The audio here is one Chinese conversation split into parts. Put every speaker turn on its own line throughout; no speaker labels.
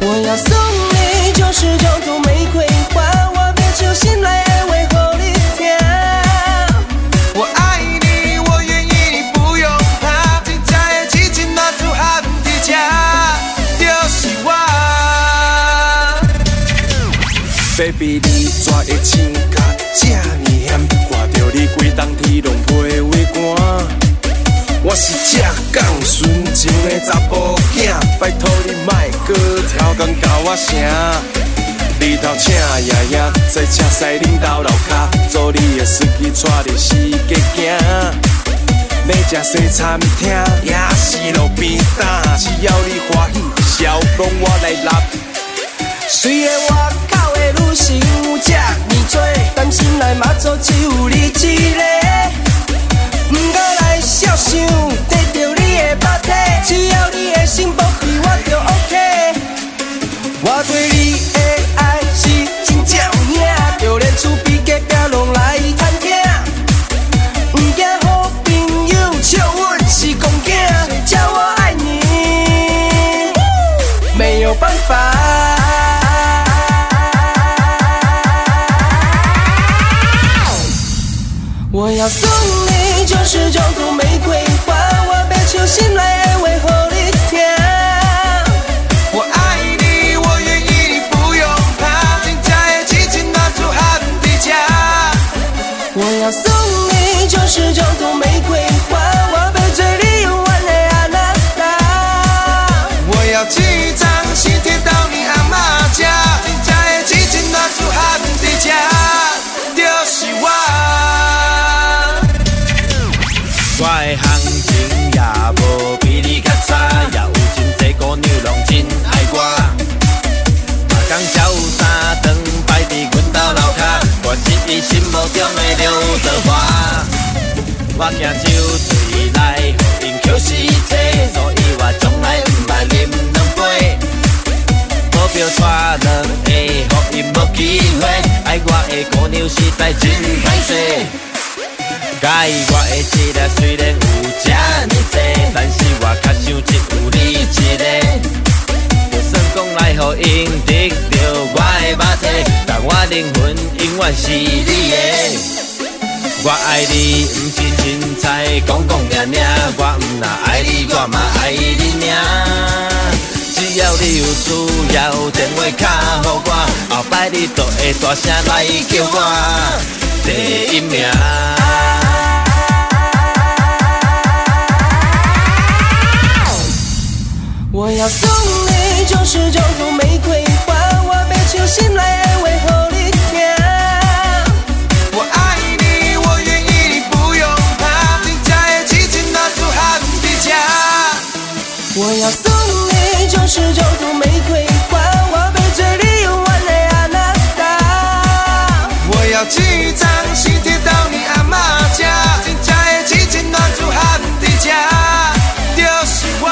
我要送你九十九朵玫瑰花，我别求心来安慰后一天。
我爱你，我愿意，你不用怕。今再也紧紧拿住俺的家，就是我。Baby，你抓的手甲这呢险，看着你规冬天拢袂畏寒。我是只讲纯情的查甫囝，拜托你莫搁超工甲我声。你头请爷爷，坐车驶恁兜楼骹，做你的司机带你四界行。要食西餐厅，也是路边摊，只要你欢喜，笑拢我来รับ。
虽然外口的女性有这呢多，但心内嘛做只有你一个。不过来少想，得到你的肉体，只要你的心不去，我就 OK。我对你的爱是真正有影，就连厝边隔壁拢来探听。不惊好朋友笑阮是公囝，谁叫我爱你，没有办法。我要送你九十九朵玫瑰花，我被求心来安慰后一天。
我爱你，我愿意，你不用怕。今再也紧紧拿住俺的家，
我要送你九十九朵玫瑰花，我被嘴里用完的阿娜达。
我要寄一张信贴到你阿妈家。今再也紧紧拿住俺的家，就是我。
我的行情也无比你较差，也有真济姑娘拢真爱我。逐工才有三顿摆伫阮兜楼骹，我是伊心目中的刘德华。我惊酒醉来，互因扣死坐，所以我从来毋捌啉两杯。目标带两下，互因无机会，爱我的姑娘实在真歹势。甲意我的一个虽然有这呢多，但是我较想只有你一个。就算讲来互因得着我的肉体，但我灵魂永远是你的。我爱你，毋是凊彩讲讲念念，我毋若爱你，我嘛爱你尔。只要你有需要，电话卡互我，后摆你就会大声来叫我第一名。
我要送你九十九朵玫瑰花，我被求心来安慰后一天。
我爱你，我愿意，你不用怕。今再也紧紧拿住俺的家，
我要送你九十九朵玫瑰花，我被嘴里用完的阿娜达。
我要寄一张信贴到你阿妈家。今再也紧紧拿住俺的家，就是我。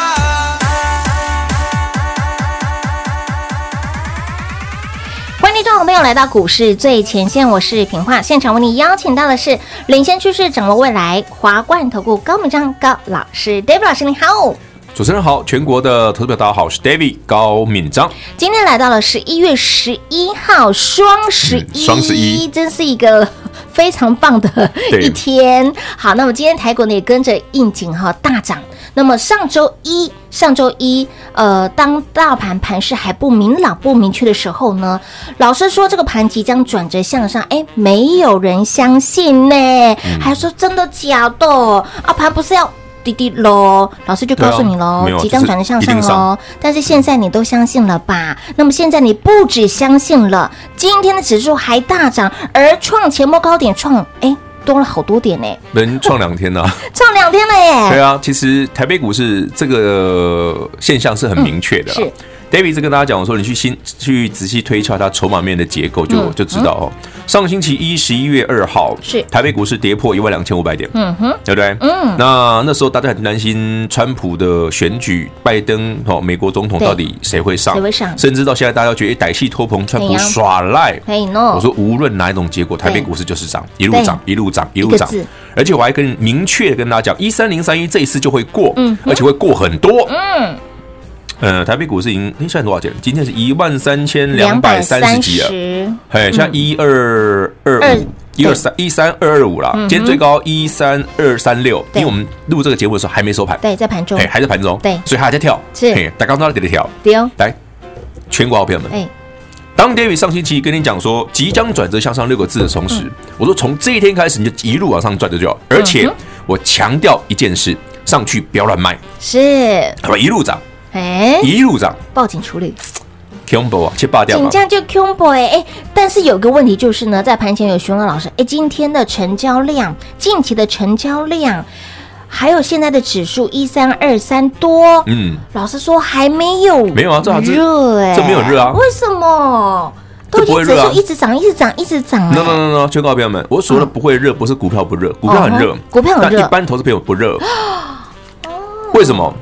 欢迎听众朋友来到股市最前线，我是平化。现场为你邀请到的是领先趋势、掌握未来华冠投顾高敏章高老师，David 老师你好。
主持人好，全国的投资表大家好，我是 David 高敏章。
今天来到了十一月十一号，双十一，
嗯双十一
真是一个 非常棒的
对
一天。好，那么今天台股呢也跟着应景哈大涨。那么上周一，上周一，呃，当大盘盘势还不明朗、不明确的时候呢，老师说这个盘即将转折向上，哎，没有人相信呢，
嗯
还说真的假的啊？盘不是要滴滴喽？老师就告诉你
对啊
喽
没，有
即将
就是
转折向
一定
上
上
喽。但是现在你都相信了吧？那么现在你不止相信了，今天的指数还大涨，而创前波高点创哎多了好多点呢、
能创两天呐、
唱两天了耶。
对啊，其实台北股市这个现象是很明确的啦、
嗯是
David 是跟大家讲说，你去新去仔细推敲它筹码面的结构就，就、
嗯
知道哦。上星期一，十一月二号，
是
台北股市跌破一万两千五百点，
嗯哼，
对不对？嗯，那那时候大家很担心川普的选举，拜登哦，美国总统
对
到底谁会上？
谁会上
甚至到现在大家觉得诶哎歹戏拖棚，川
怎
普
样
耍赖。
可以弄。
我说无论哪一种结果，台北股市就是涨，一路涨，一路涨，一路涨
一个字。
而且我还跟明确的跟大家讲，一三零三一这一次就会过，而且会过很多。
嗯，
呃，台北股市已经诶现在多少钱？今天是一万三千两百三十几了，啊
230
嘿，现在一二二
嗯二嗯
五。一二三一三二二五啦，今天最高一三二三六，因为我们录这个节目的时候还没收盘，
对，在盘中
嘿，还在盘中，
对
所以它还在跳，
是
嘿，大家都在给它跳，
丢，
来，全国好朋友们，
哎，
当 David 上星期跟你讲说即将转折向上六个字的同
嗯
时，我说从这一天开始你就一路往上转就好，而且我强调一件事，上去不要乱卖，
是，
好吧，一路涨，
哎，
一路涨
报警处理，
，combo 啊，切霸掉
紧
嘛，
张就 c boy 哎，但是有个问题就是呢，在盘前有询问老师，哎，今天的成交量，近期的成交量，还有现在的指数一三二三多，
嗯，
老师说还没有，
没有啊这还是
热哎，
这没有热啊
为什么？都已
这不会
经指
热啊
数一直涨，一直涨，一直涨哎
no no no no，全国朋友们，我所谓的不会热不是股票不热，股票很热
哦，股票很热哦
但一般投资朋友不热，为什么？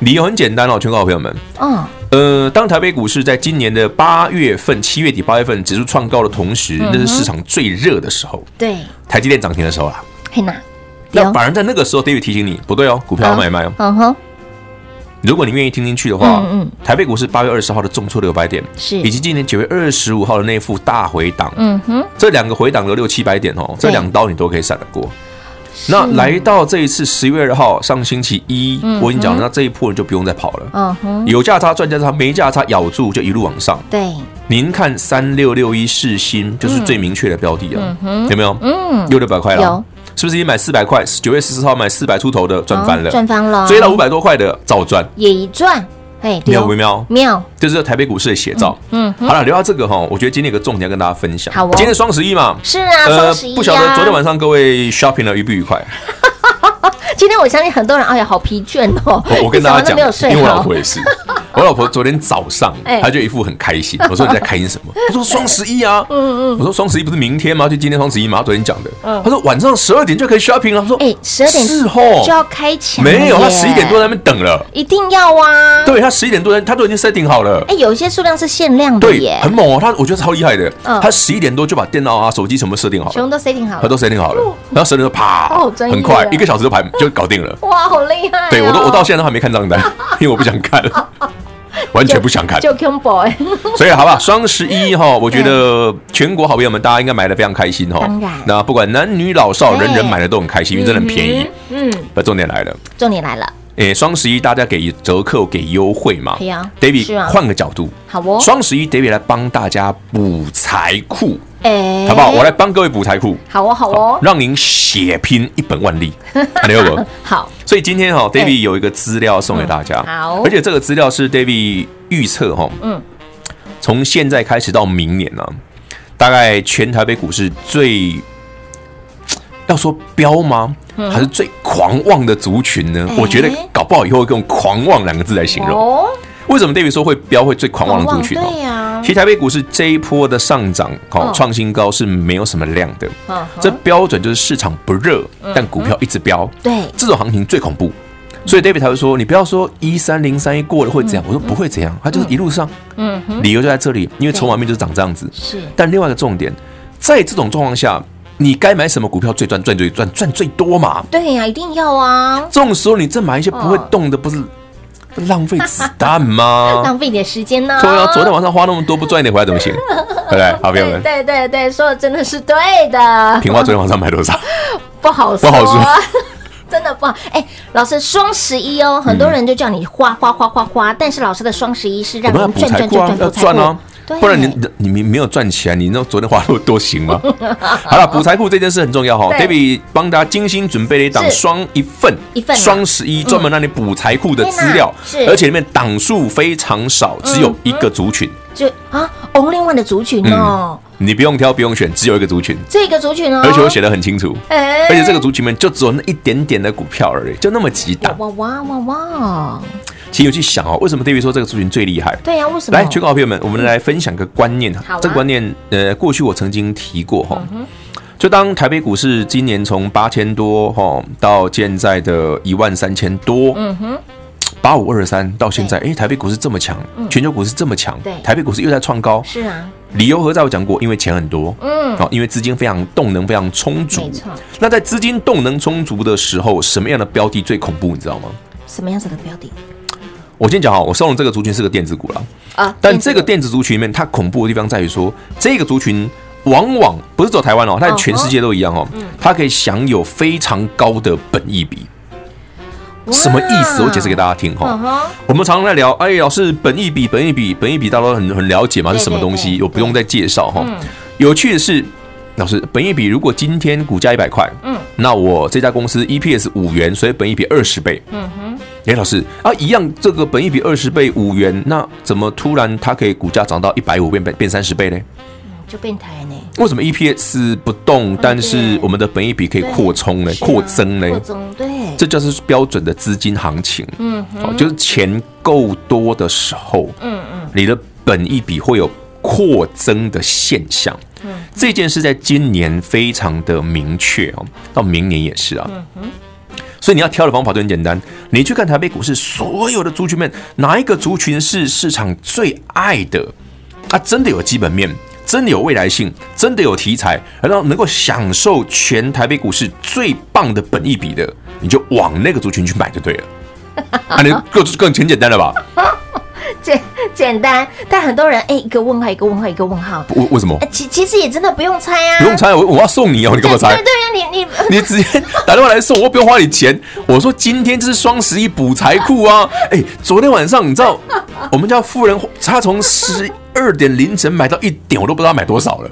理由很简单哦，全国朋友们，
嗯，
呃，当台北股市在今年的八月份、七月底、八月份指数创高的同时，
嗯
那是市场最热的时候，
对，
台积电涨停的时候啊。
嘿娜，
那反而在那个时候，David 提醒你，不对哦，股票要买卖哦。
嗯哼，
如果你愿意听进去的话，
嗯嗯
台北股市八月二十号的重挫六百点，
是
以及今年九月二十五号的那一副大回档，
嗯哼，
这两个回档的六七百点哦，
对
这两刀你都可以闪得过。那来到这一次十月二号上星期一，我已经讲了，那这一波你就不用再跑了。
嗯哼，
有价差赚价差，没价差咬住就一路往上。
对，
您看三六六一世新就是最明确的标的啊，有没有？
嗯，
六六百块了
有，
是不是？你买四百块，九月十四号买四百出头的赚翻
哦
了，
赚翻了，
追到五百多块的照赚，
也一赚，哎，
妙不妙？
妙，
这是台北股市的写照。
嗯，
好了，聊到这个哈，我觉得今天有个重点要跟大家分享。
好哦
今天双十一嘛，
是啊，双十一
呃不晓得
呀
昨天晚上各位 shopping 了愉不愉快？
今天我相信很多人，哎呀，好疲倦哦，
我 我跟大家
一整晚都没有
讲，因为
睡
我老
好
婆，也 是，我老婆昨天早上
哎
她就一副很开心，我说你在开心什 么？她说双十一啊，嗯嗯，我说双十一不是明天吗？就今天双十一吗？她昨天讲的，她说晚上十二点就可以 shopping 了，她说
嗯哎，十二点
是
就要
哦，
开抢耶，
没有，她十一点多在那边等了，
一定要啊，，
对她十一点多在她都已经 setting 好了。
哎，有一些数量是限量的
对
耶，，
很猛哦，她我觉得超厉害的。
嗯
她十一点多就把电脑啊、手机什么设定好
全
了，
部都 setting 好
她
了，
都 setting 好了，然后十二点就啪
好，专业
很快
啊
一个小时就排就搞定了。
哇，好厉害哦，
对我都我到现在都还没看账 单，因为我不想看，完全不想看。
就 Q boy，
所以好吧，双十一哈，我觉得全国好朋友们大家应该买的非常开心哈。
当然哎
那不管男女老少，
对
人人买的都很开心，因为真的很便宜。
嗯，
那重点来了，
重点来了，
诶，双十一大家给折扣给优惠嘛
对啊是
？David
啊
换个角度，
好哦，
双十一 David 来帮大家补财库，
哎，
好不好？我来，帮各位补财库，
好哦，好哦，
让您血拼一本万 利，还有我。
好，哦
所以今天哈、d
对
a v i d 有一个资料送给大家，
嗯好
而且这个资料是 David 预测哈、
嗯
嗯，从现在开始到明年呢、大概全台北股市最要说飙吗？还是最狂妄的族群呢？
嗯哎
我觉得搞不好以后会用“狂妄”两个字来形容。
哦，
为什么 David 说会飙会最狂妄的族群
对
哦？
呀
其，实台北股市这一波的上涨，
嗯
哦，创新高是没有什么量的。
嗯哼
这标准就是市场不热，但股票一直飙。
对，
这种行情最恐怖。所
嗯
以 David 才会说，你不要说一三零三一过了会怎样，我说不会怎样，它就是一路上，
嗯哼，
理由就在这里，因为筹码面就是长这样子。
是，
但另外一个重点，在这种状况下，你该买什么股票最赚、赚最赚、赚最多嘛？
对呀，一定要啊，
这种时候你再买一些不会动的，不是不浪费子弹吗？
啊
浪费一点时间呢，
对啊，昨天晚上花那么多，不赚一点回来怎 么行？对不对，好朋友
对
们，
对对对，说的真的是对的，
平花昨天晚上买多少？
不好说，
不好说
真的不好。哎、老师，双十一哦，很多人就叫你花花花花花，但是老师的双十一是让
我们要
人
补
赚
财
赚
库啊
赚，
要
赚
赚啊
对，
不然你你你没有赚钱，你那昨天花那么多行吗？好了，补财库这件事很重要哈
对
，David 帮大家精心准备了一档
是
双一份
一份啊
双十一专门让你补财库的资料
天哪，是
而且里面档数非常少，只有一个族群。
就啊，only one 的族群哦，
你不用挑，不用选，只有一个族群，
这个族群哦，
嗯而且我写的很清楚，
哎，
而且这个族群里面就只有那一点点的股票而已，就那么几档。
哇哇哇哇，
其实有去想哦，为什么 David 说这个族群最厉害？
对呀，啊为什么？
来，全国好朋友们，我们来分享个观念哈
哦好啊嗯
这个观念，呃，过去我曾经提过哈、就当台北股市今年从八千多哈、到现在的一万三千多，嗯哼，八五二三到现在，哎、台北股市这么强、全球股市这么强
嗯对，
台北股市又在创高，
是啊，
理由何在？我讲过，因为钱很多，
嗯
好、因为资金非常动能非常充足
没错。
那在资金动能充足的时候，什么样的标的最恐怖？你知道吗？
什么样子的标的
我先讲哈，我收容这个族群是个电子股啦，
啊？
但这个电子族群里面，它恐怖的地方在于说，这个族群往往不是走台湾哦，它
嗯
在全世界都一样哦，它可以享有非常高的本益比。什么意思？我解释给大家听哈、
嗯哼，
我们常常在聊，哎，老师，本益比，本益比，本益比，大家都很很了解嘛，
对
是什么东
对
西？
对
我不用再介绍哈
嗯。
有趣的是，老师，本益比如果今天股价一百块，
嗯，
那我这家公司 EPS 五元，所以本益比二十倍，嗯哼。哎，老师啊，一样，这个本益比二十倍五元，那怎么突然它可以股价涨到一百五变变三十倍呢？
就变台呢，
为什么 EPS 不动，但是我们的本益比可以扩充呢
嗯对？是啊
扩增呢？
扩增对，
这就是标准的资金行情。嗯，好、就是钱够多的时候，嗯嗯，你的本益比会有扩增的现象。嗯，这件事在今年非常的明确哦，到明年也是啊。嗯所以你要挑的方法就很简单，你去看台北股市所有的族群面，哪一个族群是市场最爱的？它真的有基本面，真的有未来性，真的有题材，然后能够享受全台北股市最棒的本益比的，你就往那个族群去买就对了。啊，你更更简简单了吧？
简简单，但很多人哎，一个问号，一个问号，一个问号，
为为什么
哎？其其实也真的不用猜啊，
不用猜，我我要送你哦，你干嘛猜
对？对呀，你你
你直接打电话来送，我又不用花你钱。我说今天这是双十一补财库啊！哎、昨天晚上你知道，我们家夫人她从十二点凌晨买到一点，我都不知道她买多少了，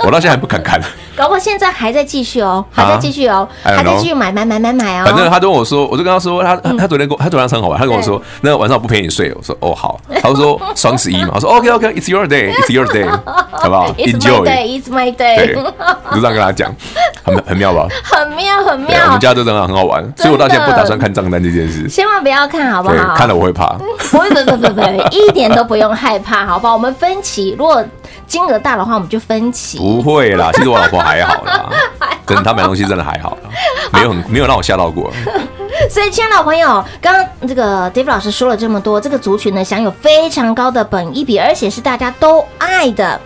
我到现在还不敢 看。
搞不好现在还在继续哦，还在继续哦，
I don't
还在
know
继续买买买买买哦。
反正他跟我说，我就跟他说，他他他昨天跟我他昨天晚上很好玩，他跟我说，那个晚上我不陪你睡，我说哦好，他就说双十一嘛，我说 OK OK，It's your day，It's your day，好不 好
It's my
？Enjoy，
day, it's my
对，
day，
我就这样跟他讲，很很妙吧？
很妙很
对，我
妙
们，家就这样很好玩，所以我到现在不打算看账单这件事，
千万不要看好不
对，
好？
看了我会怕。
不会不会不会不会，一点都不用害怕，好不好？我们分期，如果金额大的话，我们就分期。
不会 啦，其实我老婆还好啦，真的，她买东西真的还好啦，没有很没有让我吓到 过。
所以，亲爱的朋友，刚刚这个 Dave 老师说了这么多，这个族群呢享有非常高的本益比，而且是大家都爱的。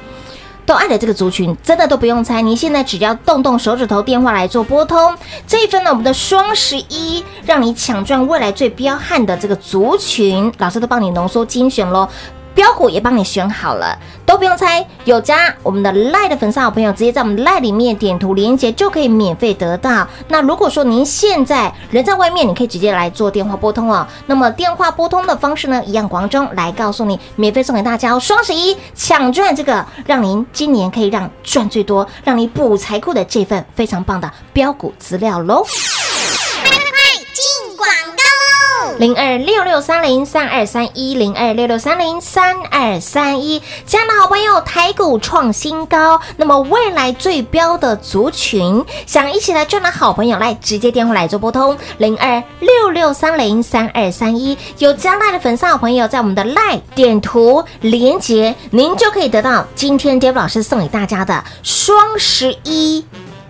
都爱的这个族群，真的都不用猜。您现在只要动动手指头，电话来做拨通这一份呢，我们的双十一，让你抢赚未来最彪悍的这个族群，老师都帮你浓缩精选喽。标股也帮你选好了，都不用猜，有加我们的赖的粉丝好朋友，直接在我们赖里面点图连接就可以免费得到。那如果说您现在人在外面，你可以直接来做电话拨通哦。那么电话拨通的方式呢，一样广中来告诉你，免费送给大家哦。双十一抢赚这个，让您今年可以让赚最多，让你补财库的这份非常棒的标股资料喽。零二六六三零三二三一零二六六三零三二三一，亲爱的好朋友，台股创新高，那么未来最标的族群，想一起来赚的好朋友，来直接电话来做拨通零二六六三零三二三一，有加赖的粉丝好朋友，在我们的赖点图连接，您就可以得到今天 Dave 老师送给大家的双十一。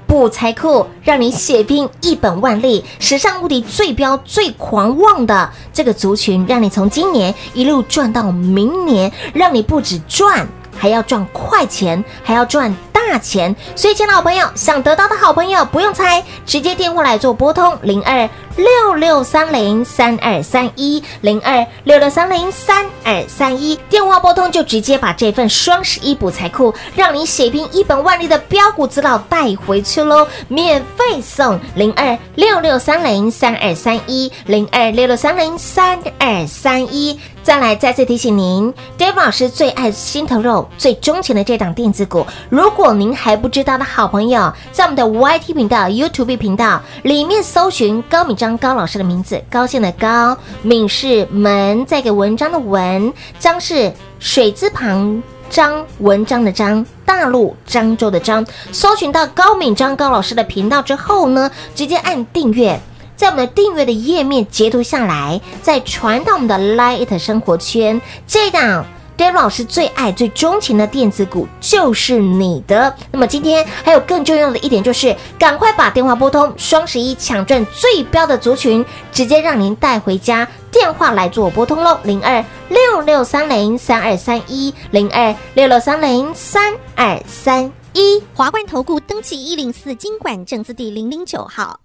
补财库，让你血拼一本万利，史上无敌最标最狂妄的这个族群，让你从今年一路赚到明年，让你不止赚，还要赚快钱，还要赚大钱。所以，亲爱的好朋友，想得到的好朋友不用猜，直接电话来做拨通零二六六三零三二三一零二六六三零三二三一，电话拨通就直接把这份双十一补财库，让你血拼一本万利的标股资料带回去喽，免费送零二六六三零三二三一零二六六三零三二三一。再来再次提醒您，Dave 老师最爱心头肉、最钟情的这档电子股，如果您还不知道的好朋友，在我们的 YT 频道、YouTube 频道里面搜寻高敏章高老师的名字，高兴的高，敏是门，再给文章的文，章是水字旁。张文章的章，大陆漳州的漳，搜寻到高敏章高老师的频道之后呢，直接按订阅。在我们的订阅的页面截图下来，再传到我们的 Light 生活圈。这档 Dave 老师最爱、最钟情的电子股就是你的。那么今天还有更重要的一点就是，赶快把电话拨通，双十一抢赚最标的族群，直接让您带回家。电话来做拨通喽，零二六六三零三二三一，零二六六三零三二三一。
华冠投顾登记一零四经管证字第零零九号，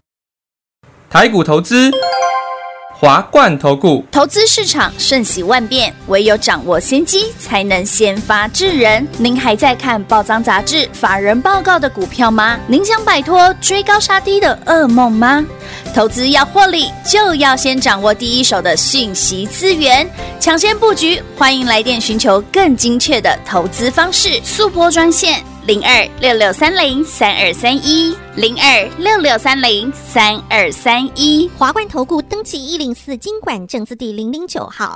台股投资，华冠投顾，
投资市场瞬息万变，唯有掌握先机，才能先发制人。您还在看报章杂志、法人报告的股票吗？您想摆脱追高杀低的噩梦吗？投资要获利，就要先掌握第一手的讯息资源，抢先布局。欢迎来电寻求更精确的投资方式，速拨专线零二六六三零三二三一零二六六三零三二三一。
华冠投顾登记一零四经管证字第零零九号。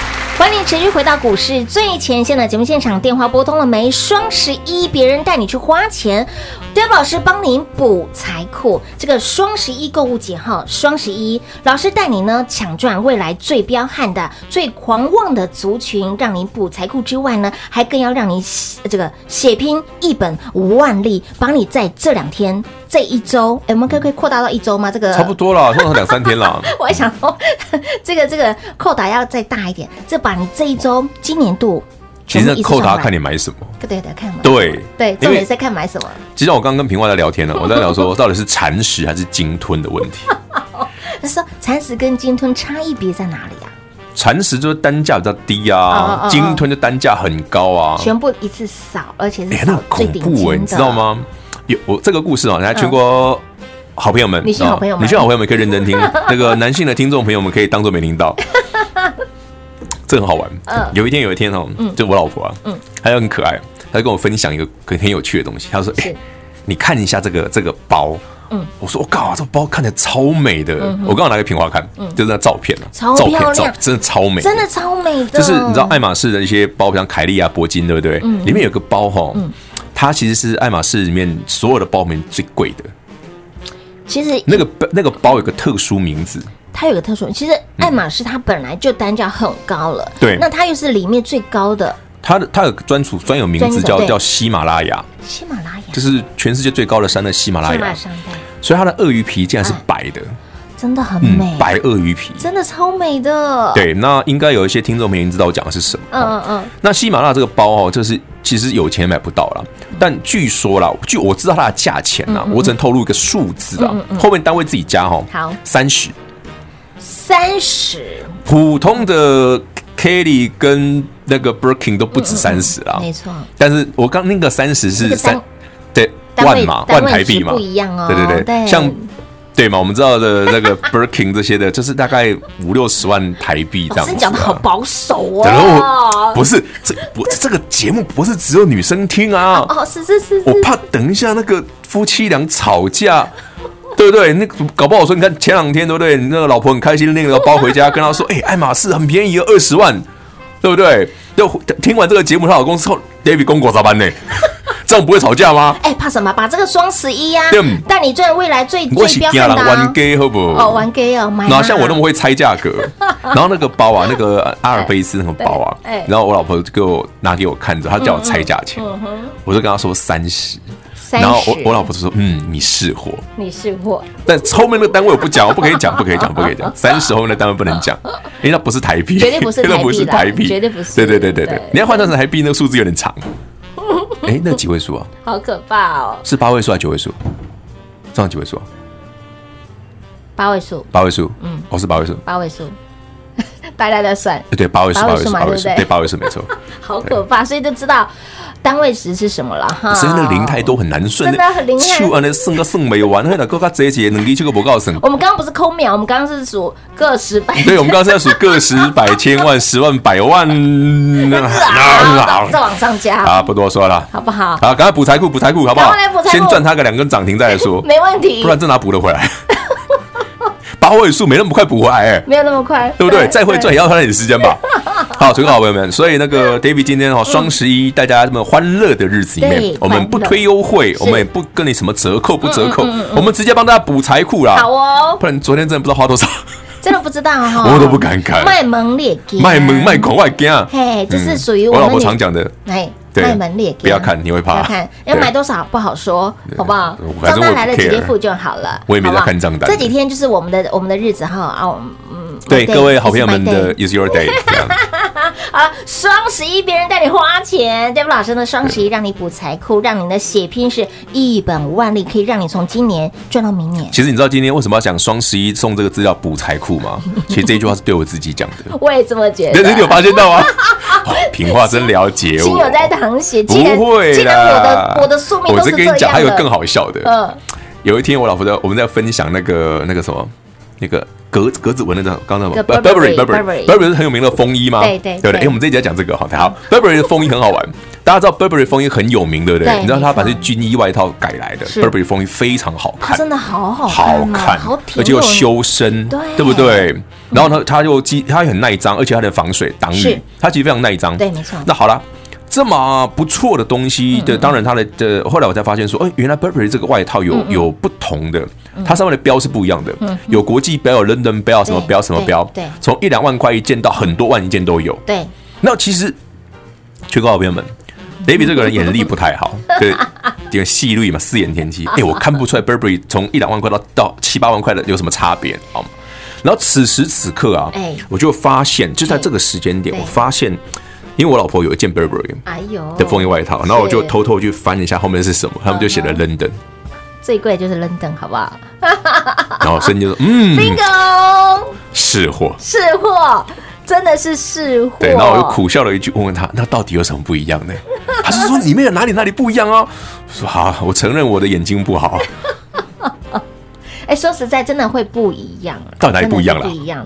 欢迎持续回到股市最前线的节目现场，电话拨通了没？双十一别人带你去花钱，对老师帮您补财库。这个双十一购物节哈，双十一老师带你呢抢赚未来最彪悍的、最狂妄的族群，让您补财库之外呢，还更要让你呃这个血拼一本万利，帮你在这两天、这一周，哎，我们可不可以扩大到一周吗？这个
差不多啦，通常两三天 啦。
我还想说，这个这个扣打要再大一点，这把你这一周今年度
其
全部
实
一次
扣
上
答
来
看你买什么。
对对对，看嘛，
对
对，重
因
点
为
是在看买什么。
其实我刚刚跟平花在聊天 啊呢，我在聊说到底是蚕食还是鲸吞的问题。
他说蚕食跟鲸吞差异别在哪里啊？
蚕食就是单价比较低
哦哦
啊
哦，
鲸吞就单价很高啊。
全部一次扫，而且
哎、
是
那
扫
很
最
恐
顶
怖哎、
尖的，
你知道？吗？有我这个故事啊，来全国好朋友们，
女嗯性好朋友们
女性好朋友们可以 认真听，那个男性的听众朋友们可以当做没听到。这很好玩。
嗯
有一天，有一天哦，就我老婆啊，嗯，她就很可爱，她就跟我分享一个很很有趣的东西。她说：“哎、
是
你看一下这个这个包。”嗯，我说我靠，这包看起来超美的。我刚好拿给平花看，就是那照片啊，
嗯超
照片
漂亮
照真的超美，
真的超美的，
就是你知道爱马仕的一些包，像凯莉啊、铂金，对不对？
嗯
里面有个包哈，它其实是爱马仕里面所有的包里面最贵的。
其实
那个那个包有个特殊名字，
它有个特殊，其实爱马仕它本来就单价很高了，
嗯对
那它又是里面最高的
它的它有个专属专有名
专
字
属
叫
对
叫喜马拉雅，
喜马拉雅，
就是全世界最高的山的喜马拉
喜马拉雅
雅。
山脉，
所以它的鳄鱼皮竟然是白的，
真的很美，
嗯白鳄鱼皮。
真的超美的，，
对，那应该有一些听众朋友已经知道我讲的是什么。
嗯嗯嗯，
那喜马拉雅这个包哦，这是其实有钱买不到啦，但据说啦，据我知道它的价钱啦，
嗯
我只能透露一个数字啊，后面单位自己加哈、哦，
好
三十。
三十，
普通的 Kelly 跟那个 Birkin 都不
嗯
止三十啦，
没错，
但是我刚那个三十
那
是
个
三
单
对
单位
万嘛，
单
万
位
台币嘛，
值不一样哦
对对
对
对，像。对嘛？我们知道的那个 Birkin 这些的，就是大概五六十万台币这样
真
子、啊。
哦讲的好保守
然后
哦。
不是这我这个节目不是只有女生听啊，
哦，是是是
我
是，
怕等一下那个夫妻俩吵架，对不对？那个搞不好说，你看前两天对不对？你那个老婆很开心，那个包回家跟她说，哎、爱马仕很便宜，二十万，对不对？就听完这个节目，她老公说，David 公国咋办呢？ 这样不会吵架吗？
哎，怕什么？把这个双十一呀
对，
带你赚未来最
我
最
是
标
惊
杆
人
的啊
玩 gay 好不好？
哦，玩 gay 哦，买
哪
嘛
像我那么会猜价格？ 然后那个包啊，那个阿尔卑斯那个包啊
哎嗯哎，
然后我老婆就给我拿给我看着，她叫我猜价钱，我就跟她说三十，
三
然后我
十
我老婆就说，嗯，你是货。
你是我
但后面那个单位我不讲，我不可以讲，不可以讲，不可以 讲。三十后面的单位不能讲，因为那不是台币，
绝对不是
那不是
台
台
币
币，
啦绝对不是
对对对对对
对，
你要换算成台币，那个数字有 点长。哎，那几位数啊？
好可怕哦，
是八位数还是九位数？这样几位数啊？
八位数，
八位数。嗯，哦，是八位数。
八位数， 大家在算，
对，八位数，
八
八
位
位
数
数，
嘛
八位数
对不对，
对，八位数没错。
好可怕，所以就知道单位值是什么了哈。
所以那零太多很难算，
啊真的很零太
手安尼算个算没完，那个个这一节能力就个不够算。
我们刚刚不是抠秒，我们刚刚是数个十百。
对，我们刚才在数个十、百、千万、十万、百万，
啊，再
啊，
往上加，
啊不多说了，
好不好？
啊，赶快补财库，补财库好不好
赶快来补？财库
先赚它个两根涨停再来说，
没问题
不，然真拿补 得回来。八位数没那么快补回来、欸，
没有那么快，
对不对？再会赚也要花点时间吧。 好，各位好朋友们，所以那个 David 今天哦，双十一大家这么欢乐的日子里
对
面，我们不推优惠，我们也不跟你什么折扣不折扣，我们直接帮大家补财库啦。
嗯好哦，
不然昨天真的不知道花多少，
真的不知道哈，
我都不敢看。
卖萌劣给
卖萌卖狂卖惊，
嘿，这是
嗯
属于
我
们
老婆
女
常讲的。
哎，
对
卖萌劣给，
不要看你会怕
不要看要
对
买多少不好说，好不好
我？反
账
正
单
我也不
来了直接
care
付就好了，
我也没在
好不好
看账单
这几天就是我们的我们的日子哈啊，我们嗯，
对
my day
各位好朋友们
is my
的
day
Is Your Day，这 样
好了，啊双十一别人带你花钱，David 老师呢，双十一让你补财库，让你的血拼是一本万利，可以让你从今年赚到明年。
其实你知道今天为什么要讲双十一送这个资料补财库吗？其实这句话是对我自己讲的。
我也这么 觉
但
得
是你。有发现 到吗？哦平话真了解我。
亲友在淌血，
哎不
既然
会
既然我
啦
的我的宿命
我
都是
是
这
跟
样
你
的，
讲，还有更好笑的。
嗯，
有一天我老婆在我们在分享那个那个什么那个格格子纹的那张，刚才
那
什
个
么
Burberry，Burberry
Burberry Burberry 是很有名的风衣吗？
对对
对不
对
哎，我们这一集要讲这个好，好 Burberry 的风衣很好玩。大家知道 Burberry 风衣很有名，对不对？
对
你知道它把
没
这
错
军衣外套改来的
是
，Burberry 风衣非常好
它
看，
真的好好
好
看啊，
看
好，挺，
而且又，修身，
对
不对？然后呢，它又机，它很耐脏，而且它能防水挡
是
雨，它其实非常耐脏。
对没错嗯
那好啦，这么不错的东西的，当然它的的，后来我才发现说，哎，原来 Burberry 这个外套
嗯
有有不同的，它上面的标是不一样的，有国际标，有 London 标，什么标什么标
对对，
从一两万块一件到很多万一件都有。
对，
那其实，全国好朋友们，Baby 这个人眼力不太好， 对，这个细率嘛，四眼天机。哎、我看不出来 Burberry 从一两万块到到七八万块的有什么差别，好吗？然后此时此刻啊，
哎
我就发现，就在这个时间点，
对
我发现，因为我老婆有一件 Burberry
哎呦，
的风衣外套，然后我就偷偷去翻一下后面是什么，他们就写了 London，
最贵就是 London，好不好
然后瞬间就说，嗯，
？Bingo，
是货。
是货，真的是是货。
对，然后我就苦笑了一句，问问他，那到底有什么不一样呢？他是说里面有哪里哪里不一样哦。我说好，我承认我的眼睛不好，啊
哎，说实在，真的会不一样啊，
到底哪里不一样啦
真的是不一样，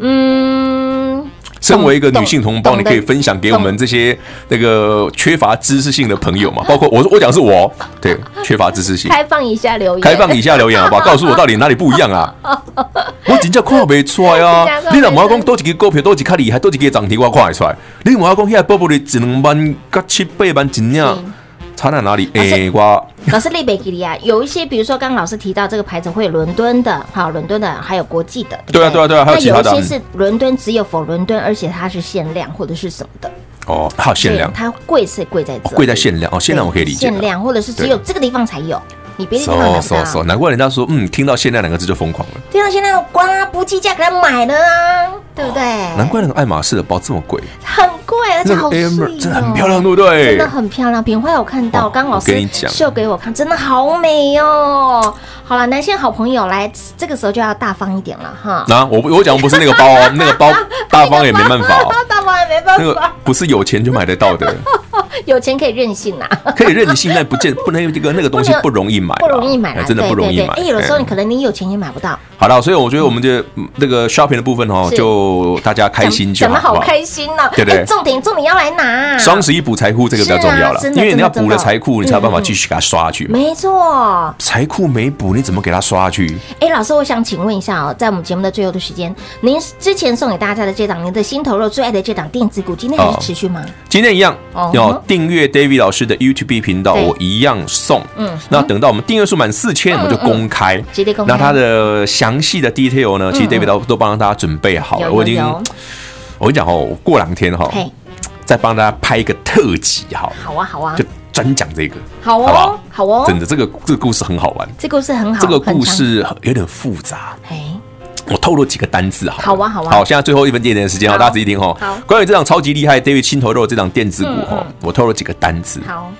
嗯，
身为一个女性同胞，
懂
你
得
可以分享给我们这些那个缺乏知识性的朋友嘛？包括我，我讲的是我，对，缺乏知识性，
开放一下留言，
开放以下留言好不好？告诉我到底哪里不一样啊？我真正看不出来
真的
啊
看！不出来
你若问我讲多一个股票多一较厉害，多一个涨停，我看得出来。你问我讲现在波波的一两万甲七八万一
是
领，差在哪里？
而且
诶，我
可是利贝吉利亚有一些，比如说刚刚老师提到这个牌子会有伦敦的，好，伦敦的还有国际的，
对啊
不
对啊对啊还有
那
其他的
有一些是伦敦只有否伦敦，而且它是限量或者是什么的，
哦，还有限量
对。它贵是贵在这里，
贵在限量哦，限量我可以理解哦
限
了。
量或者是只
对
有这个地方才有，你别的地方买不到。
so，难怪人家说，嗯，听到限量两个字就疯狂了。
对啊，现在瓜不计价格来买的啊，对不对？
难怪那个爱马仕的包这么贵，
很贵，而且
那
好
个
碎哦
Amber 真的很漂亮，对不对
真的？很漂亮，品花有看到，
哦
刚刚老
哎我跟
师
你讲
秀给我看，真的好美哦。好了，男性好朋友来，这个时候就要大方一点了哈。
那我不我讲不是那个包 哦，那个包大方也没办法哦，
大方也没办
那个
法，
不是有钱就买得到的，
有钱可以任性啊，
可以任性，但不见不能这个那个东西不容易买啦，
不容易买啦啊
哎，真的
对
不容易
对
买。
对哎，有的时候你
哎
可能你有钱也买不到，
好了，所以我觉得我们的嗯那个 shopping 的部分哦，
是
就大家开心就
讲
好，
的
好
好
不好？
开心呢。
对对
哎重点重点要来拿，
双十一补财库这个比较重要了
是啊真，的
因为你要
真的
补了
真的嗯
财库，你才有办法继续给它刷下去嘛。
没错。
财库没补，你怎么给它刷 下去？
哎，老师，我想请问一下哦，在我们节目的最后的时间，您之前送给大家的这档您的心头肉最爱的这档电子股，今天还
哦
是持续吗？
今天一样
哦
要
哼
订阅 David 老师的 YouTube 频道，
对
我一样送。嗯，那等到我们订阅数满四千，我们就公开。
嗯直接公开
那它的详细的 detail 呢？其实
嗯
David 都都帮大家准备好了，
有
我已
有
经哦
有，
我跟你讲哦，我过两天哈，
嘿，
再帮大家拍一个特辑哈，
好啊，好啊
就，专讲这个，
好
好不好
哦，好哦，
真的，这个这个故事很好玩，
这故事很好，
这个
很
故
长，
事有点复杂。
哎，
我透露几个单字好了。
好啊好啊
好，现在最后一分一点的时间哦，
好
大家仔细听哦。
好嗯
关于这档超级厉害 David 心头肉这档电子股哦，我透露几个单字。
好，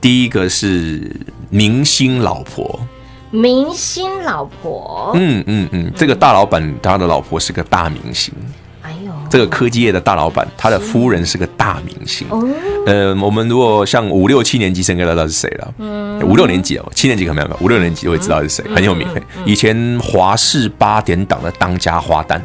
第一个是明星老婆，嗯
明星老婆，
嗯嗯嗯，这个大老板他的老婆是个大明星，
哎呦，
这个科技业的大老板，他的夫人是个大明星。呃，我们如果像五六七年级生，应该知道是谁了。五六年级哦，七年级可能没有吧，五六年级就会知道是谁，很有名。以前华视八点档的当家花旦。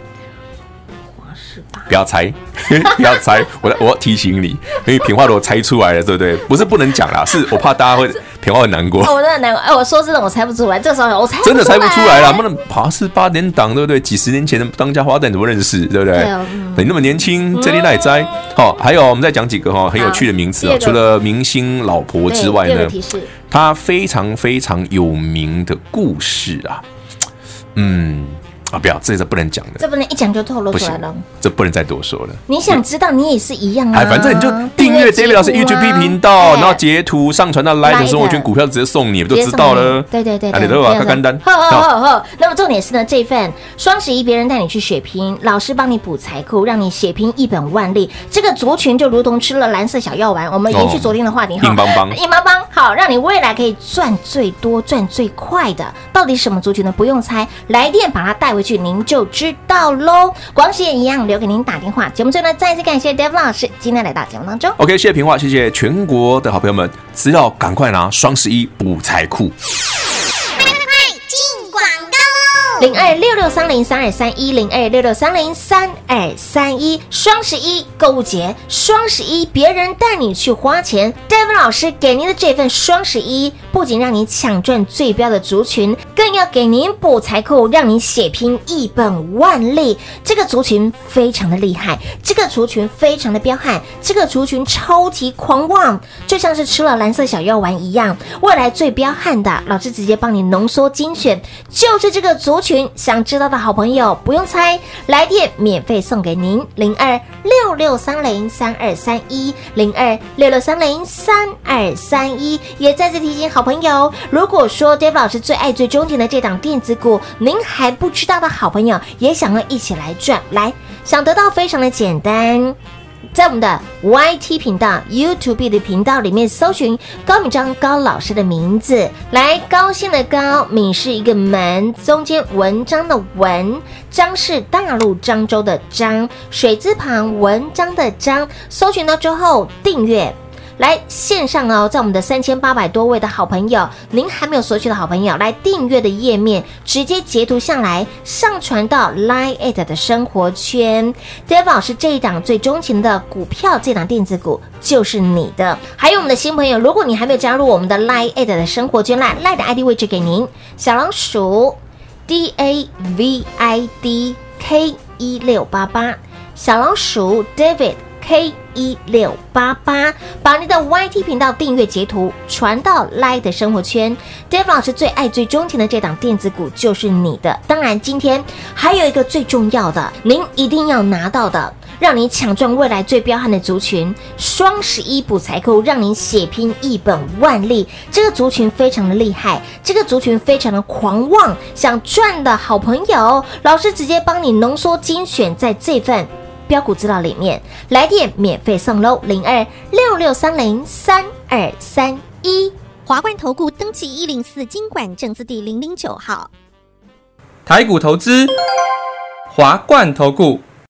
不要猜， 不要猜，我我要提醒你，因为品话如果猜出来了，对不对？不是不能讲啦，是我怕大家会品话很难过。
哦，我真的很难过。哎，我说真的，我猜不出来。这时候我猜
真的猜不出来啦，啊
不
不能爬是八点档，对不对？几十年前的当家花旦怎么认识，对不对？
对啊嗯
你那么年轻，这里哪里摘？好、还有我们再讲几个哈、很有趣的名词
第
啊
二，个
除了明星老婆之外
第二
呢
个，提示，
他非常非常有名的故事啊，嗯啊，不要，这是不能讲的，
这不能一讲就透露
不
出
行
来了。，
这不能再多说了。
你想知道，你也是一样啊。
哎，反正你就订阅
截
David 老师
图啊
YouTube 频道，
对
然后截图上传到 Line 的时候，我
Line 的
捐股票直接送你，不就
直接
知道
送
了
你？对对对
啊，
对，
你都有啊，
这样
看
子
干单。
呵呵
好
呵呵。那么重点是呢，这份双十一别人带你去血拼，老师帮你补财库，让你血拼一本万利。这个族群就如同吃了蓝色小药丸。我们延续
哦
昨天的话题哈，
硬邦邦
硬邦邦，好，让你未来可以赚最多、赚最快的。到底什么族群呢？不用猜，来电把它带回去，您就知道喽。广喜也一样留给您打电话。节目最后呢，再次感谢 Dave 老师今天来到节目当中。
OK，谢谢平话，谢谢全国的好朋友们，资料赶快拿，双十一补财库。
进广告喽！
零二六六三零三二三一零二六六三零三二三一，双十一购物节，双十一别人带你去花钱，David 老师给您的这份双十一，不仅让你抢赚最标的族群，更要给您补财库，让你血拼一本万利。这个族群非常的厉害，这个族群非常的彪悍，这个族群超级狂妄，就像是吃了蓝色小药丸一样。未来最彪悍的，老师直接帮你浓缩精选，就是这个族群。想知道的好朋友不用猜，来电免费送给您零二六六三零三二三一零二六六三零三二三一。也再次提醒好朋友，如果说 Dave 老师最爱最钟情的这档电子股，您还不知道的好朋友，也想要一起来赚，来想得到非常的简单。在我们的 YT 频道、YouTube 的频道里面搜寻高敏章高老师的名字，来高兴的高，敏是一个门，中间文章的文，章是大陆漳州的章，水字旁文章的章，搜寻到之后订阅。来线上哦，在我们的三千八百多位的好朋友，您还没有索取的好朋友，来订阅的页面直接截图下来，上传到 Line at 的生活圈。Dave 老师这一档最钟情的股票，这档电子股就是你的。还有我们的新朋友，如果你还没有加入我们的 Line at 的生活圈，Line Line 的 ID 位置给您，小老鼠 D A V I D K 一六八八，小老鼠 David K 一六八八，把你的 YT 频道订阅截图传到 Light 的生活圈。Dave 老师最爱最钟情的这档电子股就是你的。当然，今天还有一个最重要的，您一定要拿到的。让你抢赚未来最彪悍的族群，双十一补财库，让你血拼一本万利。这个族群非常的厉害，这个族群非常的狂妄，想赚的好朋友，老师直接帮你浓缩精选在这份。标股资料里面，来电免费送喽，零二六六三零三二三一。
华冠投顾登记一零四经管证字第零零九号。
台股投资，华冠投顾。